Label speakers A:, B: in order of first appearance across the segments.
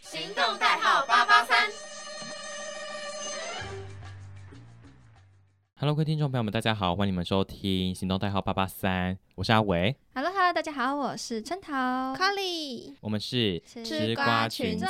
A: 行动代号八八三。
B: Hello，各位听众朋友们，大家好，欢迎你们收听行动代号八八三，我是阿维，
C: Hello Hello，大家好，我是春桃。
A: Colly
B: 我们是
C: 吃
A: 瓜群众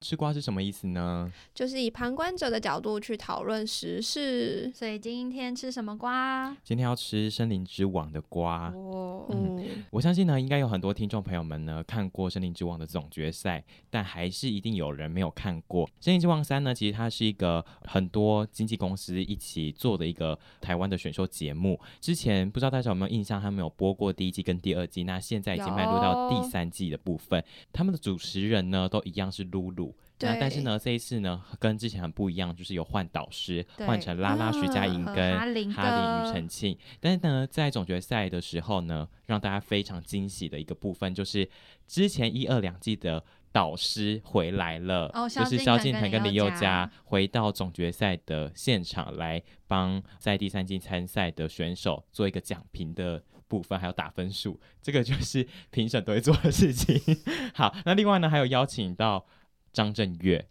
B: 吃瓜是什么意思呢？
A: 就是以旁观者的角度去讨论时事。
C: 所以今天吃什么瓜？
B: 今天要吃森林之王的瓜。
C: 哦
A: 嗯，
B: 我相信呢，应该有很多听众朋友们呢看过《森林之王》的总决赛，但还是一定有人没有看过《森林之王三》呢。其实它是一个很多经纪公司一起做的一个台湾的选秀节目。之前不知道大家有没有印象，他们有播过第一季跟第二季，那现在已经迈入到
A: 有
B: 第三季的部分。他们的主持人呢都一样是露露。那
A: 对
B: 但是呢，这一次呢，跟之前很不一样，就是有换导师，
C: 对
B: 换成拉拉、徐佳莹
C: 和
B: 跟
C: 啊哈林
B: 哈林
C: 的
B: 与陈庆。但是呢，在总决赛的时候呢，让大家非常惊喜的一个部分就是，之前一二两季的导师回来了，
C: 哦萧
B: 就是
C: 敬
B: 萧
C: 腾
B: 敬
C: 跟
B: 腾跟
C: 林
B: 林
C: 宥
B: 宥
C: 嘉
B: 嘉回到总决赛的现场来帮在第三季参赛的选手做一个讲评的。部分还有打分数，这个就是评审都会做的事情。 好，那另外呢，还有邀请到张震岳，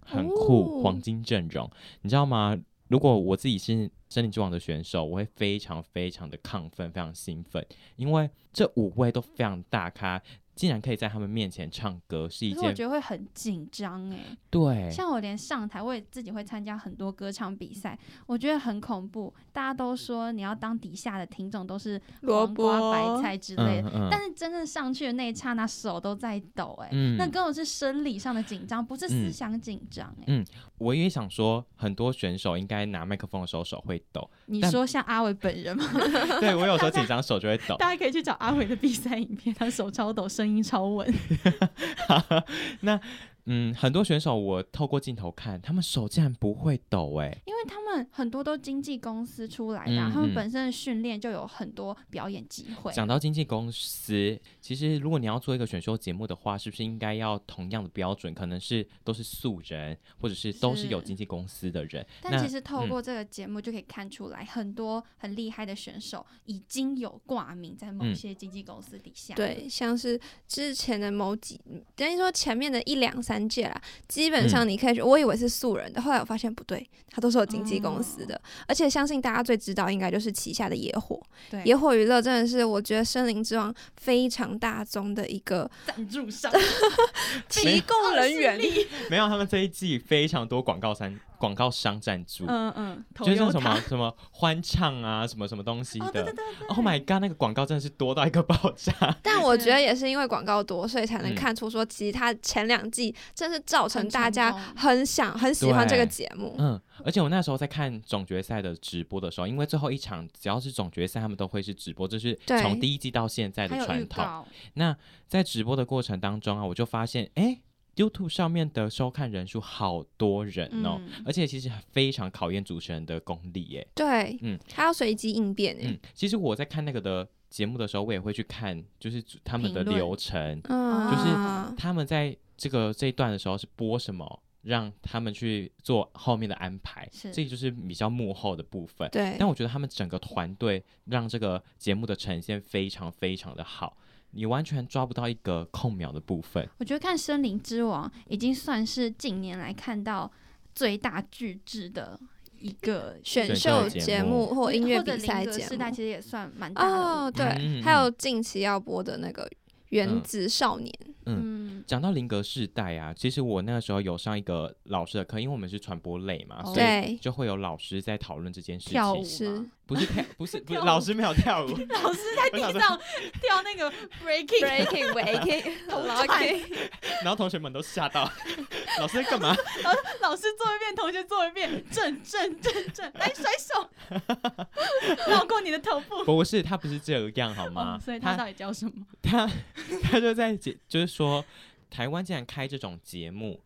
B: 很酷，
A: 哦
B: 黄金阵容，你知道吗？如果我自己是森林之王的选手，我会非常非常的亢奋，非常兴奋，因为这五位都非常大咖，竟然可以在他们面前唱歌，是一
C: 可是我
B: 件
C: 觉得会很紧张哎，
B: 对
C: 像我连上台，我也自己会参加很多歌唱比赛，我觉得很恐怖。大家都说你要当底下的听众，都是
A: 萝
C: 黄瓜、
A: 卜
C: 白菜之类
B: 嗯
C: 的，
B: 嗯
C: 但是真正上去的那一刹那，手都在抖哎、
B: 嗯
C: 那跟我是生理上的紧张，不是
B: 嗯
C: 思想紧张哎。
B: 嗯我也想说，很多选手应该拿麦克风的时候手会抖，
C: 你
B: 但
C: 说像阿伟本人吗？
B: 对我有时候紧张手就会抖。
C: 大家可以去找阿伟的比赛影片，他手超抖，声音超稳。
B: 嗯，很多选手我透过镜头看，他们手竟然不会抖、欸，
C: 因为他们很多都经纪公司出来的啊、
B: 嗯嗯
C: 他们本身的训练就有很多表演机会。
B: 讲到经纪公司，其实如果你要做一个选秀节目的话，是不是应该要同样的标准？可能是都是素人，或者是都是有
C: 是
B: 经纪公司的人。
C: 但其实
B: 嗯
C: 透过这个节目就可以看出来，很多很厉害的选手已经有挂名在某
B: 嗯
C: 些经纪公司底下。，
A: 对，像是之前的某几，等于说前面的一两三届啦，基本上你可以觉得，我以为是素人的，后来我发现不对，他都是有经纪公司的，而且相信大家最知道应该就是旗下的野火，
C: 对
A: 野火娱乐真的是我觉得《森林之王》非常大宗的一个
C: 赞助 商
A: 提供人员，
B: 没有，他们这一季非常多广告商广告商赞助，
C: 嗯嗯，
B: 就是像什
C: 投
B: 么
C: 优
B: 什么欢唱啊，什么什么东西
C: 他？
B: 的。
C: 哦，对对对对
B: Oh my god，那个广告真的是多到一个爆炸。
A: 但我觉得也是因为广告多，所以才能
B: 嗯
A: 看出说，其实它前两季真是造成大家
C: 很成
A: 很想很喜欢这个节目。
B: 嗯，而且我那时候在看总决赛的直播的时候，因为最后一场只要是总决赛，他们都会是直播，这是
A: 对
B: 从第一季到现在
C: 还
B: 的
C: 有预
B: 传统。
C: 告，
B: 在直播的过程当中啊，我就发现，哎，YouTube 上面的收看人数好多人哦，
C: 嗯
B: 而且其实非常考验主持人的功力耶。
A: 对，
B: 嗯
A: 它要随机应变欸诶
B: 嗯，其实我在看那个的节目的时候，我也会去看，就是主他们的
C: 评论
B: 流程，
A: 嗯，
B: 就是
A: 啊
B: 他们在这个这一段的时候是播什么，让他们去做后面的安排，
C: 是
B: 这就是比较幕后的部分。
A: 对
B: 但我觉得他们整个团队让这个节目的呈现非常非常的好，你完全抓不到一个空秒的部分。
C: 我觉得看《森林之王》已经算是近年来看到最大巨制的一个
A: 选
B: 秀
A: 秀
B: 节
A: 节
B: 目
A: 目或音乐比赛
C: 或者林格
A: 节
C: 世代其。
A: 目
C: 实也算蛮大的
A: 哦，对
B: 嗯嗯嗯，
A: 还有近期要播的那个《原子少年》，
C: 嗯，
B: 讲到林格世代啊，其实我那个时候有上一个老师的课，因为我们是传播类嘛，
C: 哦
B: 所以
A: 对，
B: 就会有老师在讨论这件事情。
C: 跳舞
A: 是
C: 嘛
B: 不是跳，不是不是，
C: 跳舞
B: 老师没有跳舞，
C: 老师在地
B: 我想
C: 上跳那个 breaking，
A: Breaking Waking
C: 同传
A: Locking
B: 然后同学们都吓到， 老师在干嘛？
C: 然后老师做一遍，同学做一遍，正正正正，来甩 手，绕过你的头部。
B: 不是，他不是这样好吗？
C: 哦，所以他
B: 他
C: 到底教什么？
B: 他他就在解，就是说，台湾竟然开这种节目，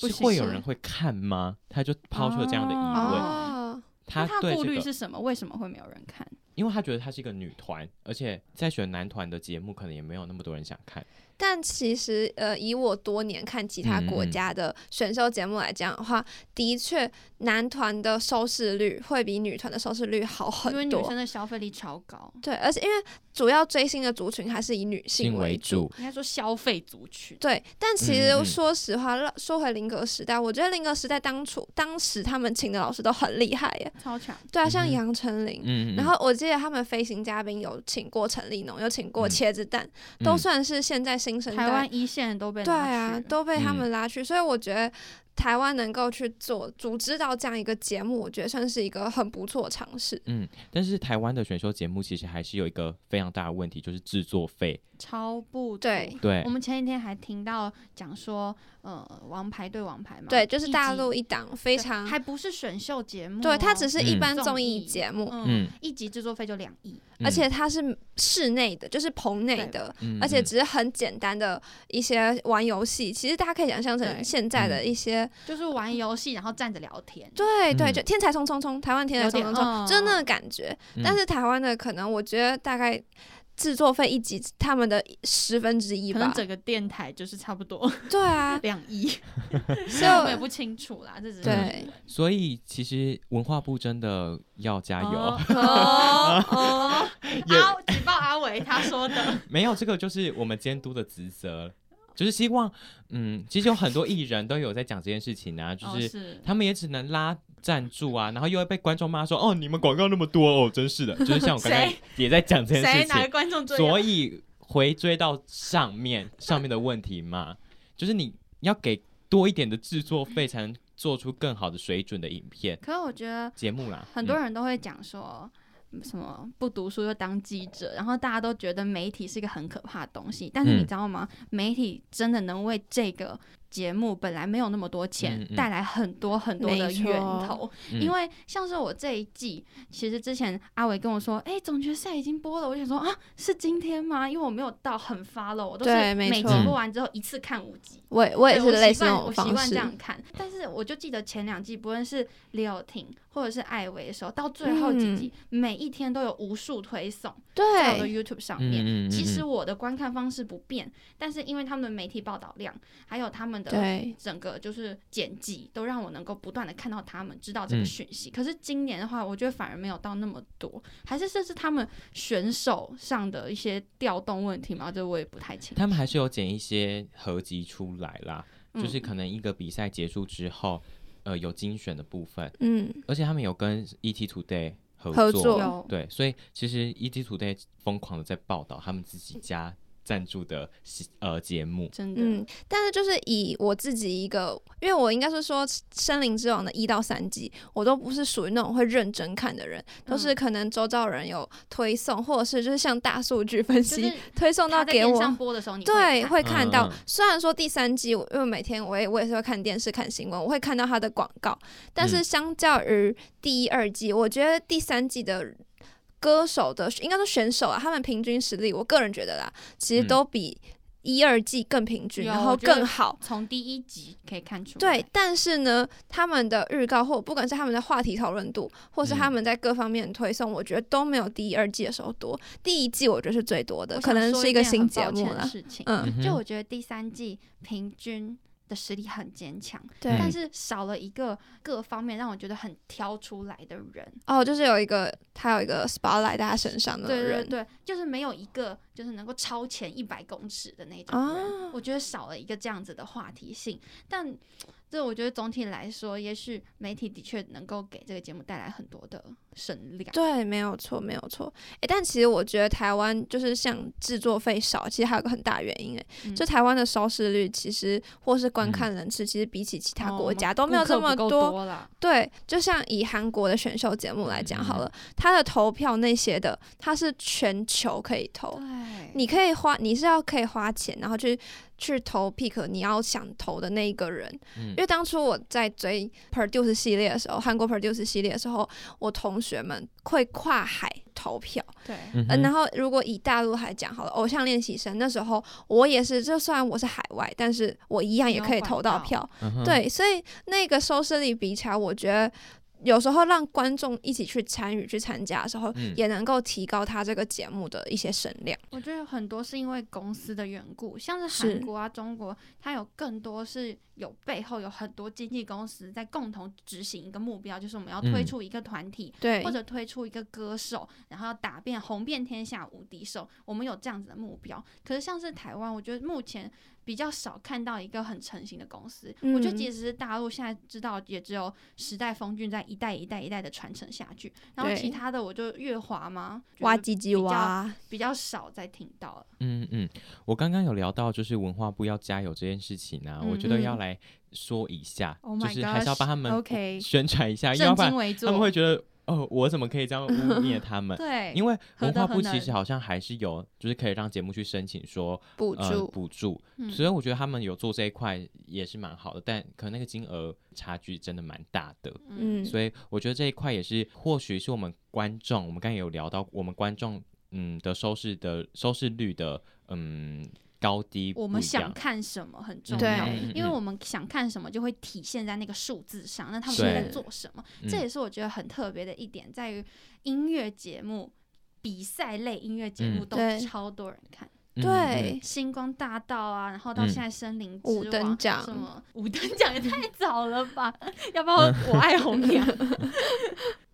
C: 不
B: 是
C: 行
B: 会有人会看吗？他就抛出了这样的疑问。
C: 哦
A: 哦，
B: 他
C: 那他
B: 对
C: 顾
B: 这
C: 虑
B: 个
C: 是什么？为什么会没有人看？
B: 因为他觉得她是一个女团，而且在选男团的节目可能也没有那么多人想看。
A: 但其实，呃，以我多年看其他
B: 嗯
A: 国家的选秀节目来讲的话，的确男团的收视率会比女团的收视率好很
C: 因为女
A: 多。
C: 生的消费力超高，
A: 对，而且因为主要追星的族群还是以女性为
B: 为
A: 主。
B: 主，
C: 应该说消费族群。
A: 对，但
B: 嗯嗯
A: 其实
B: 嗯
A: 说实话，让说回林格时代，我觉得林格时代当初当时他们请的老师都很厉害耶。
C: 超强，
A: 对啊，
B: 嗯
A: 像
B: 哼
A: 杨丞琳，
B: 嗯，嗯
A: 然后我记得他们飞行嘉宾有请过陈立农，有请
B: 嗯
A: 过茄子蛋，
B: 嗯
A: 都算是现在新生
C: 台
A: 代
C: 湾一线都被
A: 对
C: 拉
A: 啊
C: 去，了
A: 都被他
B: 嗯
A: 们拉去，所以我觉得台湾能够去做组织到这样一个节目，我觉得算是一个很不错的尝试。
B: 嗯，但是台湾的选秀节目其实还是有一个非常大的问题，就是制作费。
A: 嗯
C: 超不足
A: 对。
B: 对
C: 我，们前几天还听到讲说，呃，王牌对王牌嘛，
A: 对，就是
C: 啊一
A: 大
C: 集
A: 陆一档非
C: 对
A: 常，
C: 还不是选秀节目哦，
A: 对它只是一
B: 嗯
A: 般
C: 综
A: 综
C: 艺
A: 艺节目，
C: 嗯，
B: 嗯，
C: 一集制作费就两亿，
A: 而
B: 嗯
A: 且它是室内的，就是棚内
C: 对
A: 的。
B: 嗯
A: 而且
B: 嗯
A: 只是很简单的一些玩游戏，其实大家可以想象
C: 对
A: 成现在的
B: 嗯
A: 一些，
C: 就是玩游戏然后站着聊天，
A: 对对，
B: 嗯
A: 就天才冲冲冲，台湾天才
C: 有
A: 冲
C: 点
A: 冲冲，就是那个感觉。
B: 嗯
A: 但是台湾的可能，我觉得大概制作费一集他们的十分之一
C: 可能
A: 吧。
C: 整个电台就是差不多
A: 对啊，
C: 两亿，
A: 所以
C: 我们也
A: 我
C: 不清楚啦，这只是
A: 对
B: 所以其实文化部真的要加油，
C: 哦哦哦，
B: 也
C: 阿举报阿伟他说的，
B: 没有这个就是我们监督的职责，就是希望，嗯，其实有很多艺人都有在讲这件事情啊， 就
C: 哦
B: 是
C: 是
B: 他们也只能拉赞助啊，然后又会被观众骂说，哦，你们广告那么多哦，真是的，就是像我刚才
C: 谁
B: 也在讲这件
C: 谁
B: 事
C: 哪个
B: 情，
C: 观众最
B: 所以回追到上面上面的问题嘛，就是你要给多一点的制作费，才能做出更好的水准的影片
C: 可是我觉得
B: 节目啦，
C: 很多人都会讲说。什么不读书就当记者，然后大家都觉得媒体是一个很可怕的东西，但是你
B: 嗯
C: 知道吗？媒体真的能为这个节目本来没有那么多钱，
B: 嗯嗯
C: 带来很多很多的
A: 没错
C: 源头。
B: 嗯
C: 因为像是我这一季，其实之前阿伟跟我说，哎、总决赛已经播了，我就想说啊，是今天吗？因为我没有到很 follow，我都是
A: 对没
C: 每集
B: 错
C: 播完之后一次看五集。
A: 我也我也
C: 对
A: 是类
C: 习
A: 似
C: 惯
A: 那种
C: 我习
A: 方
C: 惯
A: 式
C: 这。样看，但是我就记得前两季，不论是李友廷或者是艾薇的时候，到最后几集，每一天都有无数推送在我的
A: 嗯对
C: YouTube 上
B: 嗯，
C: 面。
B: 嗯嗯嗯
C: 其实我的观看方式不变，但是因为他们的媒体报道量，还有他们的
A: 对，
C: 整个就是剪辑，都让我能够不断的看到他们知道这个
B: 嗯
C: 讯息。可是今年的话，我觉得反而没有到那么多，还是这是他们选手上的一些调动问题嘛？这我也不太清楚。
B: 他们还是有剪一些合集出来啦，
C: 嗯
B: 就是可能一个比赛结束之后，呃，有精选的部分，
A: 嗯，
B: 而且他们有跟 ET Today 合
A: 合
B: 作，
A: 作
C: 有
B: 对，所以其实 ET Today 疯狂的在报道他们自己家赞助的呃节目，
C: 真的，
A: 嗯，但是就是以我自己一个，因为我应该是说《森林之王》的一到三季，我都不是属于那种会认真看的人，都
C: 嗯
A: 是可能周遭人有推送，或者是就是像大数据分
C: 就
A: 析、
C: 是
A: 推送到
C: 他在
A: 给
C: 电
A: 我，
C: 上播的时候，你
A: 对，
C: 看
A: 会看到。
B: 嗯嗯
A: 虽然说第三季，我因为每天我也我也是会看电视、看新闻，我会看到它的广告，但
B: 嗯
A: 是相较于第一、二季，我觉得第三季的歌手的应该说选手啊，他们平均实力，我个人觉得啦，其实
B: 嗯
A: 都比一、二季更平均，
C: 有
A: 然
C: 我
A: 后
C: 觉得
A: 更好。
C: 从第一集可以看出来。
A: 对，但是呢，他们的预告或不管是他们的话题讨论度，或是
B: 嗯
A: 他们在各方面的推送，我觉得都没有第一、二季的时候多。第一季我觉得是最多的，
C: 我
A: 可
C: 想
A: 能
C: 说
A: 是一
C: 件
A: 个
C: 很
A: 新
C: 抱
A: 节目
C: 歉的
A: 啦。
C: 事情。
A: 嗯，
B: 哼
C: 就我觉得第三季平均的实力很坚强，
A: 对。
B: 嗯
C: 但是少了一个各方面让我觉得很挑出来的人。
A: 哦，就是有一个他有一个 spotlight 在他身上的
C: 对对
A: 人，
C: 对，就是没有一个就是能够超前一百公尺的那种人。
A: 啊，
C: 我觉得少了一个这样子的话题性，但这我觉得总体来说，也许媒体的确能够给这个节目带来很多的声量。
A: 对，没有错，没有错。诶，但其实我觉得台湾就是像制作费少，其实还有个很大原因，诶，
C: 嗯
A: 就台湾的收视率其实或是观
B: 嗯
A: 看人次，其实比起其他
C: 哦
A: 国
C: 我
A: 家
C: 们
A: 都没有
C: 顾客
A: 这么
C: 不够
A: 多。
C: 多啦。
A: 对，就像以韩国的选秀节目来讲好
B: 嗯嗯
A: 了，它的投票那些的，它是全球可以投，
C: 对，
A: 你可以花，你是要可以花钱，然后去去投 pick 你要想投的那一个人。
B: 嗯
A: 因为当初我在追 produce 系列的时候，韩国 produce 系列的时候，我同学们会跨海投票。
C: 对，
B: 嗯
A: 嗯，
B: 哼
A: 然后如果以大陆来讲好了，偶像练习生那时候我也是，就虽然我是海外，但是我一样也可以投到票。
B: 嗯哼
A: 对，所以那个收视率比起来，我觉得。有时候让观众一起去参与、去参加的时候，
B: 嗯
A: 也能够提高他这个节目的一些声量。
C: 我觉得很多是因为公司的缘故，像是
A: 是
C: 韩国啊、中国，它有更多是有背后有很多经纪公司在共同执行一个目标，就是我们要推
B: 嗯
C: 出一个团体。
A: 对
C: 或，者推出一个歌手，然后要打遍红遍天下无敌手，我们有这样子的目标。可是像是台湾，我觉得目前比较少看到一个很成型的公司。我觉得
A: 嗯
C: 即使是大陆现在知道，也只有时代峰峻在一代一代一代的传承下去，然后
A: 对
C: 其他的我就月华嘛，
A: 哇
C: 就是
A: 唧唧哇，
C: 比较少再听到了。
B: 嗯嗯，我刚刚有聊到就是文化部要加油这件事情呢、
C: 嗯
B: 我觉得
A: 嗯
B: 要来说一下
C: Oh
B: 就
C: my
B: 是还是要
C: gosh，
B: 帮他们
C: OK
B: 宣传一下，要
C: 正
B: 不然
C: 襟危
B: 他们
C: 坐
B: 会，觉得哦，我怎么可以这 样污蔑他们？
C: 对，
B: 因为
C: 何
B: 文
C: 德
B: 化
C: 何
B: 部其
C: 能
B: 实好像还是有，就是可以让节目去申请说
A: 补
B: 呃
A: 助。
B: 补助，
C: 嗯
B: 所以我觉得他们有做这一块也是蛮好的，但可能那个金额差距真的蛮大的。
A: 嗯，
B: 所以我觉得这一块也是，或许是我们观众，我们刚才有聊到，我们观众嗯的收视的收视率的嗯高低不一样，
C: 我们想看什么很重
A: 对
C: 要
A: 嗯，
C: 因为
B: 嗯
C: 我们想看什么就会体现在那个数字上。那他们
B: 是
C: 在做什么？
B: 嗯
C: 这也是我觉得很特别的一点，在于音乐节目、比赛类音乐节目
B: 嗯
C: 都
A: 对
C: 超多人看，
B: 嗯
A: 对，
C: 星光大道》啊，然后到
B: 嗯
C: 现在《森林之
A: 五
C: 王》
A: 等奖
C: 什么五等奖也太早了吧？要不要
B: 嗯
C: 我爱红娘？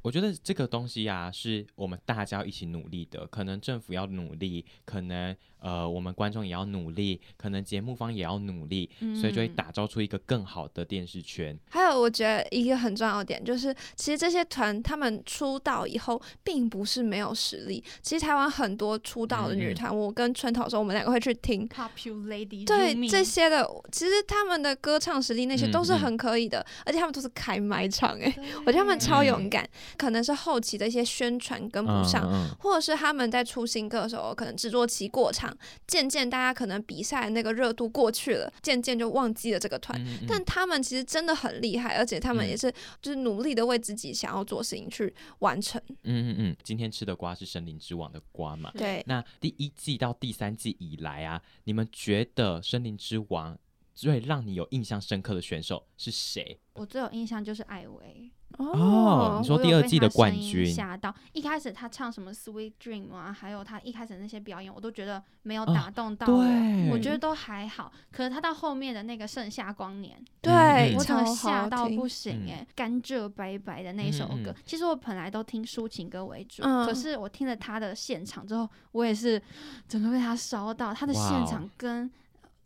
B: 我觉得这个东西啊，是我们大家要一起努力的。可能政府要努力，可能呃我们观众也要努力，可能节目方也要努力， 所以就会
C: 嗯
B: 打造出一个更好的电视圈。
A: 还有，我觉得一个很重要的点就是，其实这些团他们出道以后，并不是没有实力。其实台湾很多出道的
B: 嗯
A: 女团，我跟春桃说，我们两个会去听。
C: Popular Lady，
A: 对
C: Yumi
A: 这些的，其实他们的歌唱实力那些都是
B: 嗯嗯
A: 很可以的，而且他们都是开麦唱诶、
C: 对
A: 我觉得他
B: 嗯
A: 们超勇敢，可能是后期的一些宣传跟不上，
B: 嗯嗯
A: 或者是他们在出新歌的时候，可能制作期过长，渐渐大家可能比赛的那个热度过去了，渐渐就忘记了这个团。
B: 嗯嗯
A: 但他们其实真的很厉害，而且他们
B: 嗯
A: 也是就是努力的为自己想要做的事情去完成。
B: 嗯嗯嗯，今天吃的瓜是森林之王的瓜嘛？
A: 对，
B: 那第一季到第三季以来啊，你们觉得《森林之王》最让你有印象深刻的选手是谁？
C: 我最有印象就是艾薇。
B: 哦你说
C: 我有
B: 第二
C: 被
B: 季
C: 他
B: 的冠
C: 声音
B: 军
C: 吓到，一开始他唱什么《Sweet Dream》啊，还有他一开始那些表演，我都觉得没有
B: 啊
C: 打动到我，
B: 对
C: 我觉得都还好。可是他到后面的那个《盛夏光年》，
A: 对
B: 嗯
C: 我
A: 超
C: 真的
A: 好
C: 吓到
A: 听
C: 不行
B: 嗯
C: 哎、甘蔗白白的那一首
B: 嗯嗯
C: 歌，其实我本来都听抒情歌为主，
A: 嗯
C: 可是我听了他的现场之后，我也是整个被他烧到，他的现
B: 哇哦
C: 场跟。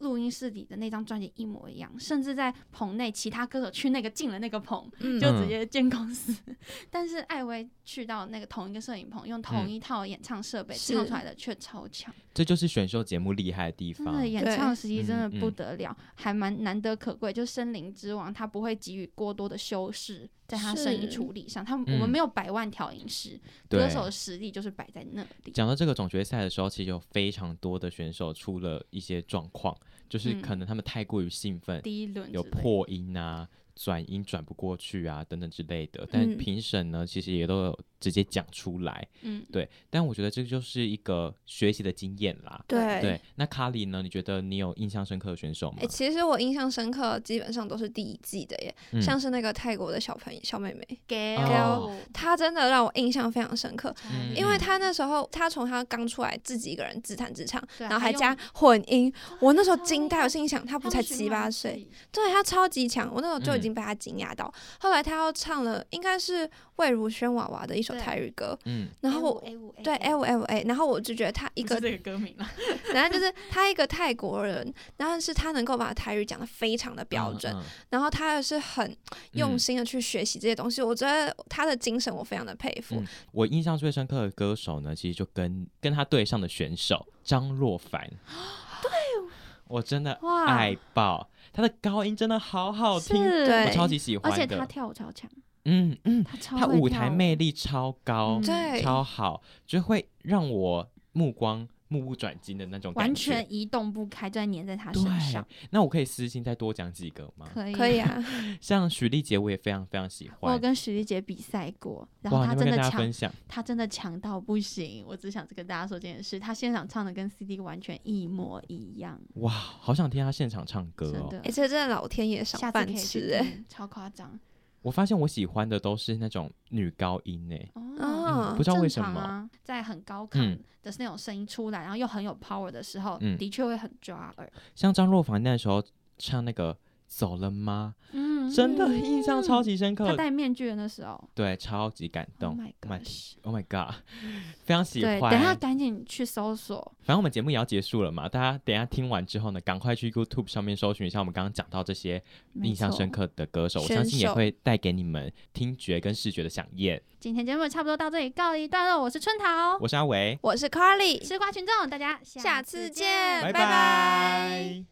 C: 录音室里的那张专辑一模一样，甚至在棚内，其他歌手去那个进了那个棚，
A: 嗯
C: 就直
B: 嗯
C: 接见公司。 但是艾薇去到那个同一个摄影棚，用同
B: 嗯
C: 一套演唱设备
A: 是
C: 唱出来的却超强，
B: 这就是选秀节目厉害的地
C: 真
B: 方
C: 的。演唱实力真的
B: 嗯
C: 不
B: 嗯
C: 得了，还蛮难得可贵。就是森林之王，他不会给予过多的修饰，在他声音
A: 是
C: 处理上，他们、
B: 嗯
C: 我们没有百万调音师，歌
B: 对。
C: 手的实力就是摆在那里。
B: 讲到这个总决赛的时候，其实有非常多的选手出了一些状况，就是
C: 嗯
B: 可能他们太过于兴奋，
C: 第一轮
B: 有
C: 之类的
B: 破音啊、转音转不过去啊等等之类的。但
A: 嗯
B: 评审呢，其实也都有直接讲出来。
C: 嗯，
B: 对，但我觉得这就是一个学习的经验啦。
C: 哎
A: 对。
B: 对，那卡里呢？你觉得你有印象深刻的选手吗
A: 哎、？其实我印象深刻，基本上都是第一季的耶，
B: 嗯
A: 像是那个泰国的小朋友小妹妹，
C: 给
B: 哦
A: 她真的让我印象非常深刻，
B: 嗯
A: 因为她那时候她从她刚出来自己一个人自弹自唱，
C: 对
A: 然后
C: 还
A: 还
C: 用啊
A: 加混音，我那时候
C: 超
A: 惊
C: 厉
A: 呆，
C: 害
A: 我心里想她
C: 他
A: 不才七八岁，，对他超级强，我那时候就
B: 嗯
A: 已经被他惊讶到。后来他又唱了，应该是魏如萱娃娃的一首
C: 对
A: 泰语歌，
B: 嗯
A: 然后我
C: A 五 A
A: 对 L L A，然后我就觉得他一
C: 一
A: 个，
C: 这个歌名了，
A: 然后就是他一个泰国人，然后是他能够把台语讲的非常的标准，
B: 嗯嗯
A: 然后他也是很用
B: 嗯
A: 心的去学习这些东西，我觉得他的精神我非常的佩服。
B: 嗯我印象最深刻的歌手呢，其实就跟跟他对上的选手张若 凡。对，我真的
C: 哇
B: 爱爆他的高音，真的好好听，
C: 是
B: 我
A: 对
B: 超级喜欢
C: 而
B: 的。
C: 且他跳舞超强，
B: 嗯嗯，
C: 他超
B: 他
C: 会
B: 舞
C: 跳
B: 台
C: 舞
B: 魅力超高
C: 嗯，
A: 对，
B: 超好，就会让我目光目不转睛的那种感
C: 完
B: 觉。
C: 全移动不开，就在粘在他身
B: 对
C: 上。，
B: 那我可以私信再多讲几个吗？
C: 可以，
A: 可以。啊，
B: 像许丽杰，我也非常非常喜
C: 我有
B: 欢。
C: 跟许丽姐比赛过，然后
B: 哇，
C: 她
B: 你会
C: 真
B: 跟大
C: 的
B: 家
C: 强
B: 分，享，
C: 她真的强到不行。我只想跟大家说这件事，她现场唱的跟 CD 完全一模一样，
B: 哇，好想听他现场唱歌
C: 真
B: 哦。
C: 的
A: 哎、。这真的老天爷赏
C: 下次可
A: 哎饭
C: 以去
A: 吃哎、
C: 听，超夸张。
B: 我发现我喜欢的都是那种女高音诶、
A: 哦
B: 嗯不知道为
C: 正
B: 什
C: 常
B: 么，
C: 啊，在很高
B: 嗯
C: 亢的那种声音出来，然后又很有 power 的时候，
B: 嗯
C: 的确会很抓耳。
B: 像张若凡那时候唱那个《走了吗》，
C: 嗯
B: 真的印象超级深
C: 他
B: 刻，
C: 戴面具的那时候
B: 对，超级感
C: ，Oh
B: 动。
C: my
B: my-
C: gosh。
B: Oh my god，非常喜
C: 对，
B: 欢。
C: 等一下赶紧去搜索。
B: 反正我们节目也要结束了嘛，大家等一下听完之后呢，赶快去 YouTube 上面搜寻一下我们刚刚讲到这些
C: 没
B: 印象
C: 错
B: 深。刻的歌手，我相
A: 选
B: 信也
A: 手
B: 会带给你们听觉跟视觉的响应。
C: 今天节目差不多到这里告一段落，我是春桃，
B: 我是阿维，
A: 我是 Carly，
C: 吃瓜群众，大家
A: 下次见
C: 见，
A: 拜拜
B: 拜